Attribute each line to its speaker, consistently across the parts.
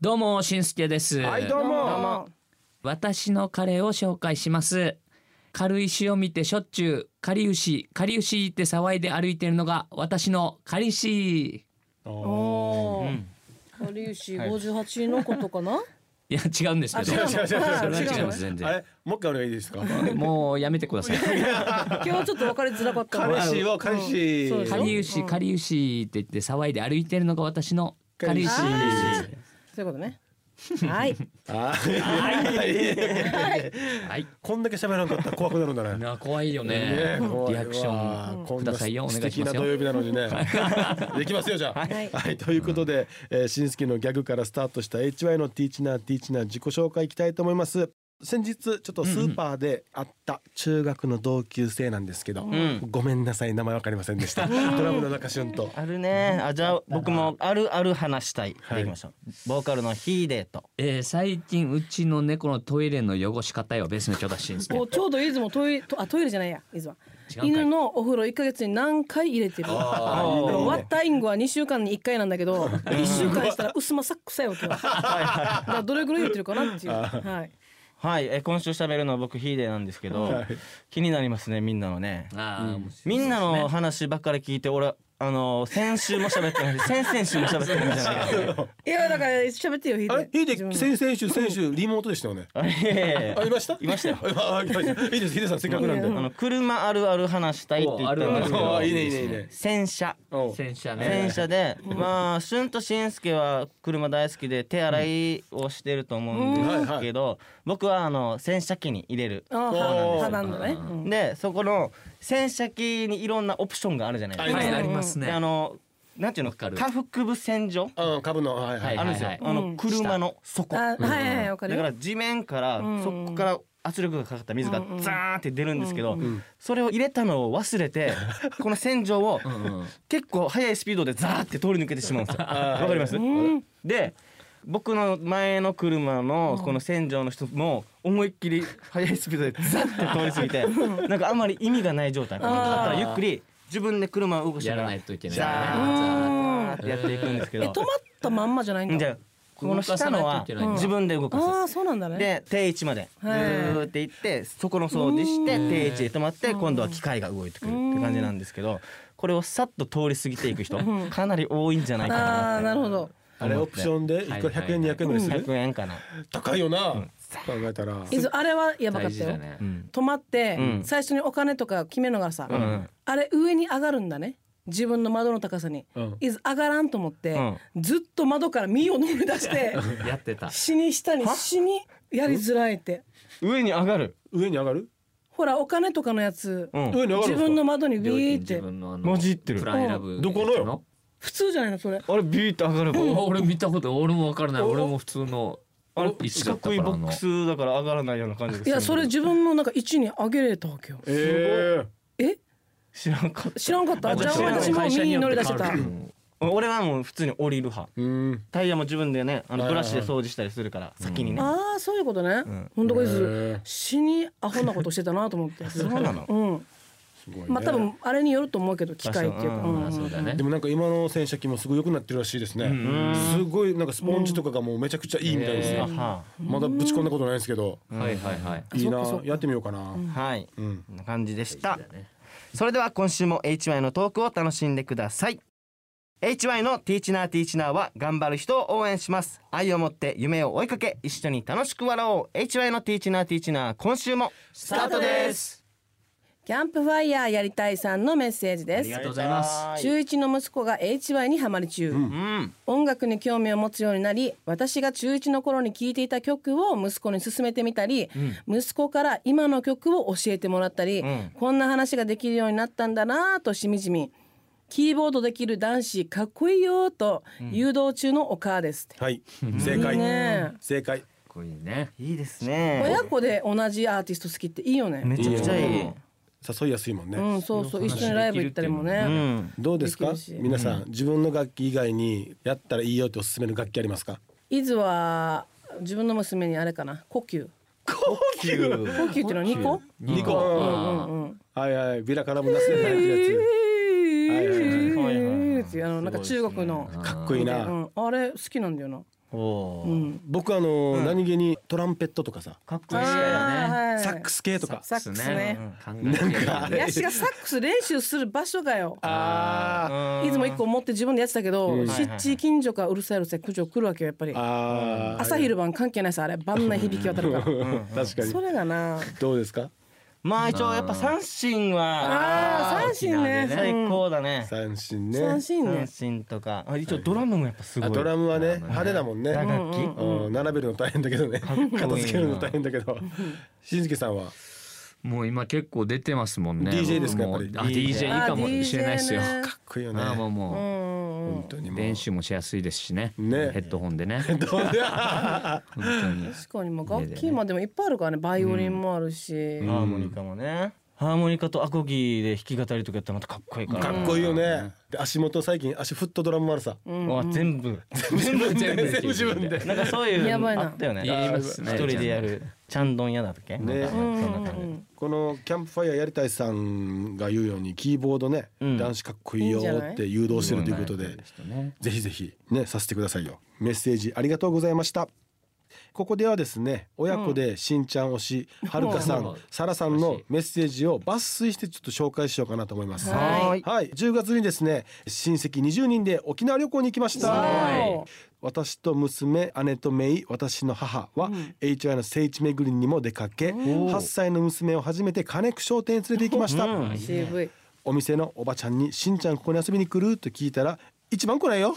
Speaker 1: どうもしんすけです、
Speaker 2: はいどう
Speaker 3: どう
Speaker 2: も
Speaker 3: も
Speaker 1: 私のカレーを紹介します軽石を見てしょっちゅうかりうしかりうしって騒いで歩いてるのが私のかりし
Speaker 3: お
Speaker 1: う
Speaker 3: おー
Speaker 1: ん。
Speaker 3: 有吉五十八のことか な。
Speaker 1: いや違うんですけど
Speaker 3: あ違うの
Speaker 2: 違う違う違う
Speaker 3: それは
Speaker 1: 違い
Speaker 2: 違
Speaker 1: ま
Speaker 2: う
Speaker 1: す全然
Speaker 2: あれもう一回お願いいいですか
Speaker 1: もうやめてください
Speaker 3: 今日はちょっと分かりづらかった
Speaker 2: 彼
Speaker 3: な。
Speaker 2: 氏を彼氏
Speaker 3: そうでし
Speaker 1: か
Speaker 3: ょ
Speaker 1: りうしかりうしって言って騒いで歩いてるのが私のかりうし
Speaker 3: かりそういうことね。はい。
Speaker 2: あー
Speaker 1: はい
Speaker 2: こんだけ喋らなかったら怖くなるんだね
Speaker 1: な怖いよね
Speaker 2: ね怖い
Speaker 1: リアクション
Speaker 2: わあ
Speaker 1: くださいよお
Speaker 2: こん
Speaker 1: 願
Speaker 2: ない
Speaker 1: し
Speaker 2: 素
Speaker 1: ま
Speaker 2: 敵
Speaker 1: す
Speaker 2: な土
Speaker 1: よ
Speaker 2: 曜日なのにね できますよじゃあ
Speaker 3: はい
Speaker 2: はいということでえーしんすけのギャグからスタートした HY のティーチナーティーチナー自己紹介いきたいと思います先日ちょっとスーパーで会った中学の同級生なんですけど
Speaker 4: ん
Speaker 2: ごめんなさい名前わかりませんで したドラムの中旬と
Speaker 4: あるね。あじゃあ僕もあるある話したい。
Speaker 2: はい
Speaker 4: でいきましょう。ボーカルのヒーデーと。
Speaker 1: えー最近うちの猫のトイレの汚し方よベースの許可しんすけ
Speaker 3: おちょうどいつもトイレとあトイレじゃないやいつは
Speaker 1: 違うんかい
Speaker 3: 犬のお風呂一ヶ月に何回入れてる。
Speaker 2: あーいいねいいね
Speaker 3: ワッタイングは二週間に一回なんだけど一週間したら薄まさっくさいわけよ。だからどれぐらい入れてるかなっていう。はい。
Speaker 4: はい。え今週喋るのは僕ヒーデーなんですけど、気になりますねみんなのね。
Speaker 1: あー
Speaker 4: みんなの話ばっかり聞いて俺あの先週も喋ってない し先々週も喋ってないじゃないですか。
Speaker 3: いやだから喋ってよヒ
Speaker 2: あれ
Speaker 3: デ。
Speaker 2: ヒデ
Speaker 3: 自分
Speaker 2: 先々週先週リモートでしたよね
Speaker 4: あいやいやいや
Speaker 2: あいました
Speaker 4: いましたよ。
Speaker 2: ああいましたいいですヒデさんせっかくなんで
Speaker 4: あの車あるある話したいって言ったんですけ
Speaker 2: お
Speaker 4: ど
Speaker 2: あいいねいいねいいね
Speaker 4: 洗車
Speaker 2: おう
Speaker 1: 戦車ね
Speaker 4: 洗車で、まあ俊としんすけは車大好きで手洗いをしてると思うんですけど、僕はあの洗車機に入れる。
Speaker 3: あー
Speaker 2: おー
Speaker 3: は花のね。うん
Speaker 4: でそこの洗車機にいろんなオプションがあるじゃないですか。
Speaker 1: は
Speaker 2: う
Speaker 1: い
Speaker 2: ん
Speaker 1: ありますね
Speaker 4: であのなんていうの
Speaker 1: かる
Speaker 4: 下腹部洗浄
Speaker 2: あ株のはいはい
Speaker 4: あるんですよ、
Speaker 1: はい
Speaker 4: あ
Speaker 3: う
Speaker 4: の
Speaker 3: ん
Speaker 4: 車の底。
Speaker 3: あはいはいはいわかる
Speaker 4: だ
Speaker 3: よ。
Speaker 4: から地面から
Speaker 3: うん
Speaker 4: そこから圧力がかかった水が
Speaker 3: うんうん
Speaker 4: ザーンって出るんですけど、
Speaker 2: ん
Speaker 4: それを入れたのを忘れてこの洗浄を
Speaker 1: うんうん
Speaker 4: 結構速いスピードでザーって通り抜けてしまうんですよ。
Speaker 2: あ
Speaker 4: わかります
Speaker 3: うん
Speaker 4: で僕の前の車のこの洗浄の人も思いっきり速いスピードでザッて通り過ぎてなんかあんまり意味がない状態だからゆっくり自分で車を動かし
Speaker 1: や
Speaker 4: なが
Speaker 1: ら
Speaker 4: ら
Speaker 1: ないといけない
Speaker 4: ザーってやっていくんですけ
Speaker 3: え
Speaker 4: ど
Speaker 3: 止まったまんまじゃないん
Speaker 4: じ
Speaker 3: だ。
Speaker 4: ゃあこの下のは
Speaker 1: 動かさないといけないんだ
Speaker 4: 自分で動かす。
Speaker 3: ああそうなんだね。
Speaker 4: で定位置までず
Speaker 3: はい
Speaker 4: ーって行ってそこの掃除して定位置で止まって今度は機械が動いてくるって感じなんですけどこれをさっと通り過ぎていく人かなり多いんじゃないか
Speaker 3: あ
Speaker 4: な
Speaker 3: あ
Speaker 4: っ
Speaker 3: なるほど。
Speaker 2: あれオプションでい
Speaker 1: はい
Speaker 2: くら100円200円ぐらい
Speaker 4: て
Speaker 2: す
Speaker 4: 100
Speaker 2: る
Speaker 4: 円かな。
Speaker 2: 高いよな考えたら
Speaker 3: いずあれはやばか
Speaker 1: 大
Speaker 3: っ
Speaker 1: 事
Speaker 3: た
Speaker 1: だ
Speaker 3: よ。
Speaker 1: ね
Speaker 4: うん
Speaker 3: 止まって
Speaker 4: うん
Speaker 3: 最初にお金とか決めるのがさ
Speaker 4: ん、
Speaker 3: あれ上に上がるんだね。自分の窓の高さに
Speaker 2: うん。
Speaker 3: いず上がらんと思って
Speaker 4: うん
Speaker 3: ずっと窓から身を乗り出して
Speaker 1: やってた
Speaker 3: 死に下に死にやりづらいって。
Speaker 4: 上に上がる
Speaker 2: 上に上がる
Speaker 3: ほらお金とかのやつ
Speaker 4: うん
Speaker 2: 上に上がるんですか
Speaker 3: 自分の窓に
Speaker 1: 料金
Speaker 3: ビーっ
Speaker 1: 自
Speaker 3: て
Speaker 1: 分のあの
Speaker 4: 混じってる
Speaker 1: プラン選ぶ
Speaker 2: どこのよ
Speaker 3: 普通じゃないのそれ。
Speaker 4: あれビーって上がる
Speaker 1: お
Speaker 4: 棒
Speaker 1: 俺見たこと俺もわからない
Speaker 2: お
Speaker 1: 俺も普通の
Speaker 4: あれ
Speaker 1: 位置
Speaker 4: 四
Speaker 1: だった
Speaker 4: 角
Speaker 1: か
Speaker 4: い
Speaker 1: ら
Speaker 4: ボックスだから上がらないような感じがす
Speaker 3: い
Speaker 4: る
Speaker 3: やそれ自分のなんか位置に上げれたわけよ。
Speaker 2: え
Speaker 3: え
Speaker 4: 知らんかった
Speaker 3: 知らんかった。じゃあ
Speaker 1: 知らん
Speaker 3: 私も身に乗り出して
Speaker 1: 会
Speaker 3: た
Speaker 1: 社。によって変わる
Speaker 4: 俺はもう普通に降りる派
Speaker 2: えうん
Speaker 4: タイヤも自分でねあの
Speaker 2: はい
Speaker 4: ブ
Speaker 2: はいは
Speaker 4: ラ
Speaker 2: い
Speaker 4: シで掃除したりするから先にね
Speaker 3: ああそういうことね。
Speaker 4: ん
Speaker 3: ほんとこいつ
Speaker 2: ええ
Speaker 3: 死にアホなことしてたなと思って。
Speaker 4: そうなの
Speaker 3: うん。
Speaker 2: すごいね
Speaker 3: まあ多分あれによると思うけど機械っていうか。
Speaker 4: 場所
Speaker 3: うん
Speaker 1: まあそうだね
Speaker 2: でもなんか今の洗車機もすごい良くなってるらしいですねすごいなんかスポンジとかがもうめちゃくちゃいいみたいです
Speaker 1: へ
Speaker 2: ね
Speaker 1: え
Speaker 4: あは
Speaker 2: まだぶち込んだことないんですけど
Speaker 1: はいはいはい
Speaker 2: いいな
Speaker 3: そっかそっか
Speaker 2: やってみようかな
Speaker 4: あはい
Speaker 2: うん
Speaker 4: こんな感じでしたそれでは今週も HY のトークを楽しんでください HY のティーチナーティーチナーは頑張る人を応援します愛を持って夢を追いかけ一緒に楽しく笑おう HY のティーチナーティーチナー今週もス
Speaker 3: タートですキャンプファイヤーやりたいさんのメッセージで
Speaker 1: あり
Speaker 3: す
Speaker 1: が。とうございます
Speaker 3: 中1の息子が HY にハマり中、
Speaker 4: うん
Speaker 3: 音楽に興味を持つようになり私が中1の頃に聴いていた曲を息子に勧めてみたり、息子から今の曲を教えてもらったり、
Speaker 4: ん
Speaker 3: こんな話ができるようになったんだなぁとしみじみキーボードできる男子かっこいいよーと誘導中のお母ですって、
Speaker 2: はい正
Speaker 3: いい
Speaker 2: 解
Speaker 3: ね
Speaker 2: 正解
Speaker 1: こういうね
Speaker 4: いいですね
Speaker 3: 親子で同じアーティスト好きっていいよね
Speaker 4: めちゃくちゃいい
Speaker 2: 誘いやすいもんね
Speaker 3: うんそうそう一緒にライブ行ったりもね、
Speaker 4: うん
Speaker 2: どうです
Speaker 3: でき
Speaker 2: か
Speaker 3: るし
Speaker 2: 皆さん自分の楽器以外にやったらいいよっておすすめの楽器ありますか
Speaker 3: 伊豆は自分の娘にあれかな呼吸
Speaker 2: 高級
Speaker 3: 呼吸っていうのは2個
Speaker 2: ニ
Speaker 1: う
Speaker 2: コ
Speaker 1: んうんうん
Speaker 2: はいはいビラからも出せないやつ
Speaker 3: はい
Speaker 2: はいはい
Speaker 4: はいはい
Speaker 3: っていうあのなんか中国の
Speaker 2: かっこいいな
Speaker 3: うん、あれ好きなんだよな。
Speaker 4: おお
Speaker 3: う
Speaker 4: ー、
Speaker 3: ん。
Speaker 2: 僕あの、
Speaker 4: うん
Speaker 2: 何気にトランペットとかさ
Speaker 4: かっこいいですよね
Speaker 3: あーはい
Speaker 2: サックス系とか
Speaker 3: サックスね。
Speaker 1: なんか
Speaker 3: ヤシがサックス練習する場所がよ。
Speaker 2: あ
Speaker 4: あ
Speaker 3: いつも一個持って自分でやってたけ
Speaker 2: う
Speaker 3: ど、
Speaker 2: ん
Speaker 3: 湿地近所からうるさいうるさい苦情来るわけよやっぱり
Speaker 2: ー。あー
Speaker 3: 朝昼晩関係ないさあれ晩内響き 渡るか。
Speaker 2: 確からに
Speaker 3: それがな。
Speaker 2: どうですか
Speaker 4: まあ一応やっぱ三振
Speaker 3: あ
Speaker 4: は
Speaker 3: ー三振ね
Speaker 4: 最高だね
Speaker 2: 三振ね
Speaker 3: 三振ね
Speaker 4: 三。振とかあ一応ドラムもやっぱすご
Speaker 2: あ
Speaker 4: い
Speaker 2: ドラムはね派手だもんね
Speaker 4: 打
Speaker 3: う
Speaker 4: 楽
Speaker 3: ん
Speaker 4: 器
Speaker 3: うんう
Speaker 2: うんん、並べるの大変だけどね
Speaker 4: っこいいな
Speaker 2: 片付けるの大変だけどしんすけさんは
Speaker 1: もう今結構出てますもんね
Speaker 2: DJ ですか
Speaker 1: もう
Speaker 2: やっ
Speaker 1: あ
Speaker 2: ぱ
Speaker 1: DJ いいかも
Speaker 3: あ DJ
Speaker 1: しれないですよ
Speaker 3: ね
Speaker 1: あ
Speaker 2: かっこいいよね
Speaker 1: ーもう
Speaker 3: うん
Speaker 1: も
Speaker 3: うんうん
Speaker 2: 本。当に
Speaker 1: う
Speaker 2: もう
Speaker 1: 練習もしやすいですしね
Speaker 2: ね
Speaker 1: ヘッドホンでね
Speaker 2: どうだ
Speaker 1: 本当に
Speaker 3: 確かにもう楽器もでもいっぱいあるからねバイオリンもあるし。
Speaker 2: ん
Speaker 4: ハーモニカもねハーモニカとアコギで弾き語りとかやったらまたかっこいいから
Speaker 2: かっこいいよねで足元最近足フットドラムもあるさ
Speaker 3: うん
Speaker 4: わ全部
Speaker 1: 全部全部
Speaker 2: 全部自分で
Speaker 4: なんかそういう
Speaker 3: や
Speaker 4: の
Speaker 3: ばいな
Speaker 4: あったよね
Speaker 1: やりますね
Speaker 4: 一人でやるちゃんどんやだっけ
Speaker 2: ね
Speaker 4: そ
Speaker 3: うん
Speaker 4: んな
Speaker 3: う
Speaker 4: 感
Speaker 3: ん
Speaker 2: このキャンプファイヤーやりたいさんが言うようにキーボードね、
Speaker 4: うん
Speaker 2: 男子かっこいいよ
Speaker 3: いいんじゃない
Speaker 2: って誘導してるということでぜひぜひねさせてくださいよメッセージありがとうございましたここではですね親子でしんちゃん推し、はるかさ
Speaker 1: うん
Speaker 2: んさらさんのメッセージを抜粋してちょっと紹介しようかなと思います
Speaker 4: じ
Speaker 3: は
Speaker 2: はい
Speaker 4: はーい
Speaker 2: い、10月にですね親戚20人で沖縄旅行に行きまし
Speaker 1: わ
Speaker 2: た
Speaker 1: ーい
Speaker 3: わ
Speaker 2: 私と娘姉と姪私の母は、
Speaker 3: うん
Speaker 2: HY の聖地巡りにも出かけ
Speaker 4: おー
Speaker 2: 8歳の娘を初めて金久商店に連れて行きました、
Speaker 4: うん
Speaker 3: お渋い。
Speaker 2: お店のおばちゃんに「しんちゃんここに遊びに来る?」と聞いたら「一番来ないよ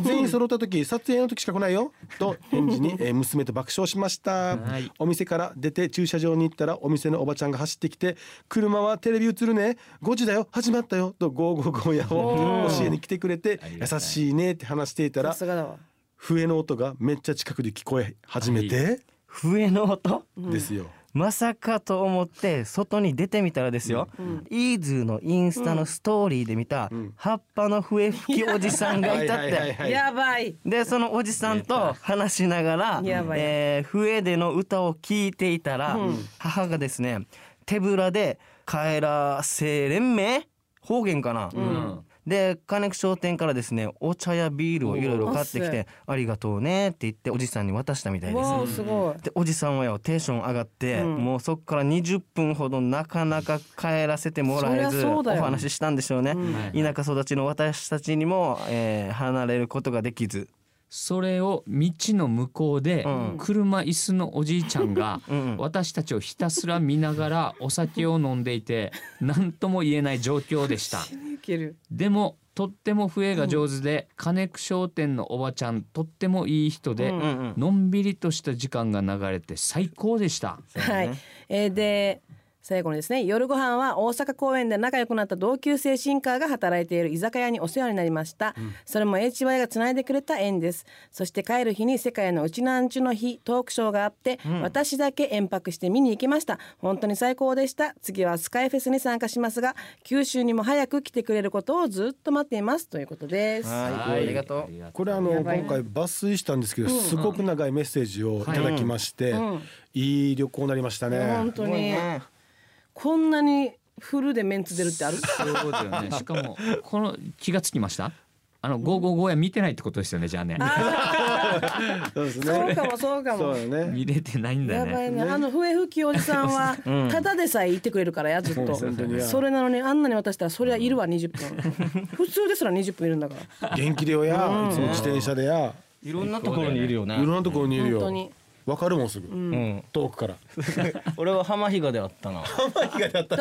Speaker 2: 全員揃った時撮影の時しか来ないよ」と返事にえー娘と爆笑しました
Speaker 1: はい
Speaker 2: お店から出て駐車場に行ったらお店のおばちゃんが走ってきて「車はテレビ映るね5時だよ始まったよ」と「ゴーゴーゴーヤ」を教えに来てくれて
Speaker 1: あり
Speaker 2: 「
Speaker 1: がたい
Speaker 2: 優しいね」って話していた
Speaker 3: さ
Speaker 2: ら
Speaker 3: すがだわ。
Speaker 2: 笛の音がめっちゃ近くで聞こえ始めて
Speaker 4: 笛の音
Speaker 2: ですよ。
Speaker 4: まさかと思って外に出てみたらですよ、イーズーのインスタのストーリーで見た葉っぱの笛吹きおじさんがいたって
Speaker 3: やばい。
Speaker 4: でそのおじさんと話しながら、
Speaker 3: やばい
Speaker 4: えー笛での歌を聴いていたら、母がですね手ぶらで「帰らせ連盟」方言かな、
Speaker 1: うん
Speaker 4: で金久商店からですねお茶やビールをいろいろ買ってき
Speaker 3: お
Speaker 4: て「ありがとうね」って言っておじさんに渡したみたいです。
Speaker 3: わあすごい。
Speaker 4: でおじさんはよテンション上がって、
Speaker 3: うん
Speaker 4: もうそこから20分ほどなかなか帰らせてもら
Speaker 3: そ
Speaker 4: え
Speaker 3: り
Speaker 4: ず
Speaker 3: ゃそ
Speaker 4: お
Speaker 3: うだよ
Speaker 4: 話ししたんでしょうね、
Speaker 1: はい
Speaker 4: 田舎育ちの私たちにも、えー離れることができず、
Speaker 1: それを道の向こうで
Speaker 4: うん
Speaker 1: 車椅子のおじいちゃんが
Speaker 4: うん
Speaker 1: 私たちをひたすら見ながらお酒を飲んでいて何とも言えない状況でした
Speaker 3: いける。
Speaker 1: でもとっても笛が上手で金久商店のおばちゃんとってもいい人で
Speaker 3: うん
Speaker 4: うんうん
Speaker 1: のんびりとした時間が流れて最高でした
Speaker 3: はい。えーで最後にですね夜ご飯は大阪公園で仲良くなった同級生シンカーが働いている居酒屋にお世話になりました、それも HY がつないでくれた縁ですそして帰る日に世界のうちなんちゅの日トークショーがあって、私だけ遠泊して見に行きました本当に最高でした次はスカイフェスに参加しますが九州にも早く来てくれることをずっと待っていますということです
Speaker 4: はいありがとう
Speaker 2: これあの
Speaker 3: や
Speaker 2: 今
Speaker 3: ばい
Speaker 2: 回抜粋したんですけどすごく長いメッセージをいただきまして
Speaker 3: うん
Speaker 2: いい旅行になりました
Speaker 3: 本
Speaker 2: ね。
Speaker 3: 当にこんなにフルでメンツ出る ってある
Speaker 1: そうだよねしかもこの気がつきましたあの555や見てないってことですよねじゃあね
Speaker 2: そうです
Speaker 3: そう
Speaker 2: ね。
Speaker 3: かもそうか
Speaker 2: そ
Speaker 3: も
Speaker 2: うだね。
Speaker 1: 見れてないんだ
Speaker 3: やば
Speaker 1: ね
Speaker 3: いねあの笛吹きおじさんは
Speaker 4: うん
Speaker 3: ただでさえ言ってくれるからやずっと
Speaker 2: 本当に
Speaker 3: それなのにあんなに渡したらそりゃいるわ20分普通ですら20分いるんだから
Speaker 2: 元気でよや、いつも自転車でや、
Speaker 4: いろんなところにいるよ
Speaker 2: い
Speaker 4: ね
Speaker 2: ろんなところにいる
Speaker 3: 本当
Speaker 2: よ。
Speaker 3: に
Speaker 2: わかるもんす
Speaker 3: う
Speaker 2: ぐ。
Speaker 4: うんん、
Speaker 2: 遠くから。
Speaker 4: 俺は浜比嘉であったな
Speaker 3: だ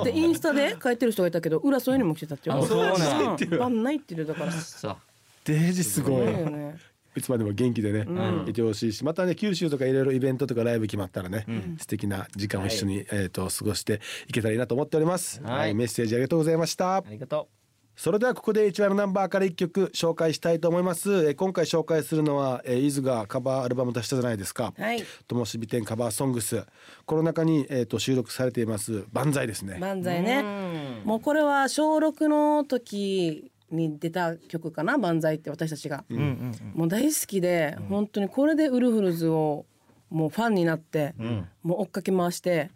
Speaker 3: ってインスタで書いてる人がいたけど裏添えにも来てたってよ
Speaker 1: あ
Speaker 4: そうなんだ
Speaker 3: ん晩ないって言うだからす
Speaker 1: さ
Speaker 2: デージす
Speaker 3: ご
Speaker 2: ご
Speaker 3: い
Speaker 2: い。
Speaker 3: よね
Speaker 2: いつまでも元気でね、いてほしいし、またね九州とかいろいろイベントとかライブ決まったらね、素敵な時間を一緒に、えっと過ごしていけたらいいなと思っております。
Speaker 4: はい
Speaker 2: はい、メッセージありがとうございました
Speaker 4: あ。りがと
Speaker 2: それではここで一番のナンバーから一曲紹介したいと思います。えー今回紹介するのは、えー、伊豆がカバーアルバム出したじゃないですか。
Speaker 3: はい
Speaker 2: ともしび店カバーソングス。この中に、えー、と収録されています万歳ですね。
Speaker 3: 万歳
Speaker 4: う
Speaker 3: ね
Speaker 4: ね
Speaker 3: もうこれは小6の時に出た曲かな万歳って私たちが
Speaker 4: うんうん
Speaker 3: もう大好きで本当にこれでウルフルズをもうファンになってもう追っかけ回して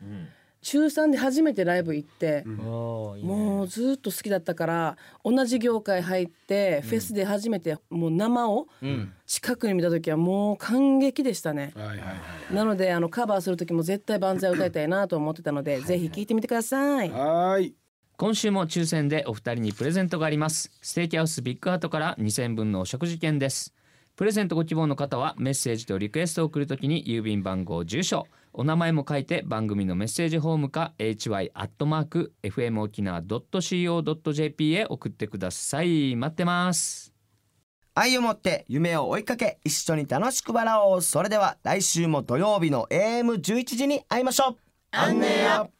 Speaker 3: 中3で初めてライブ行って、
Speaker 2: うん
Speaker 4: おーいいね
Speaker 3: もうずっと好きだったから同じ業界入って、フェスで初めてもう生を
Speaker 4: うん
Speaker 3: 近くに見た時はもう感激でしたね。
Speaker 2: はいはいはい
Speaker 3: なのであのカバーする時も絶対万歳を歌いたいなと思ってたので、ぜひ聴いてみてください。
Speaker 2: はーい
Speaker 1: 今週も抽選でお二人にプレゼントがありますステーキハウスビッグハートから2000分のお食事券ですプレゼントご希望の方はメッセージとリクエストを送るときに郵便番号住所お名前も書いて番組のメッセージホームか hy.fmokina.co.jp へ送ってください待ってます
Speaker 4: 愛を持って夢を追いかけ一緒に楽しく笑おうそれでは来週も土曜日の AM11 時に会いましょうアンネア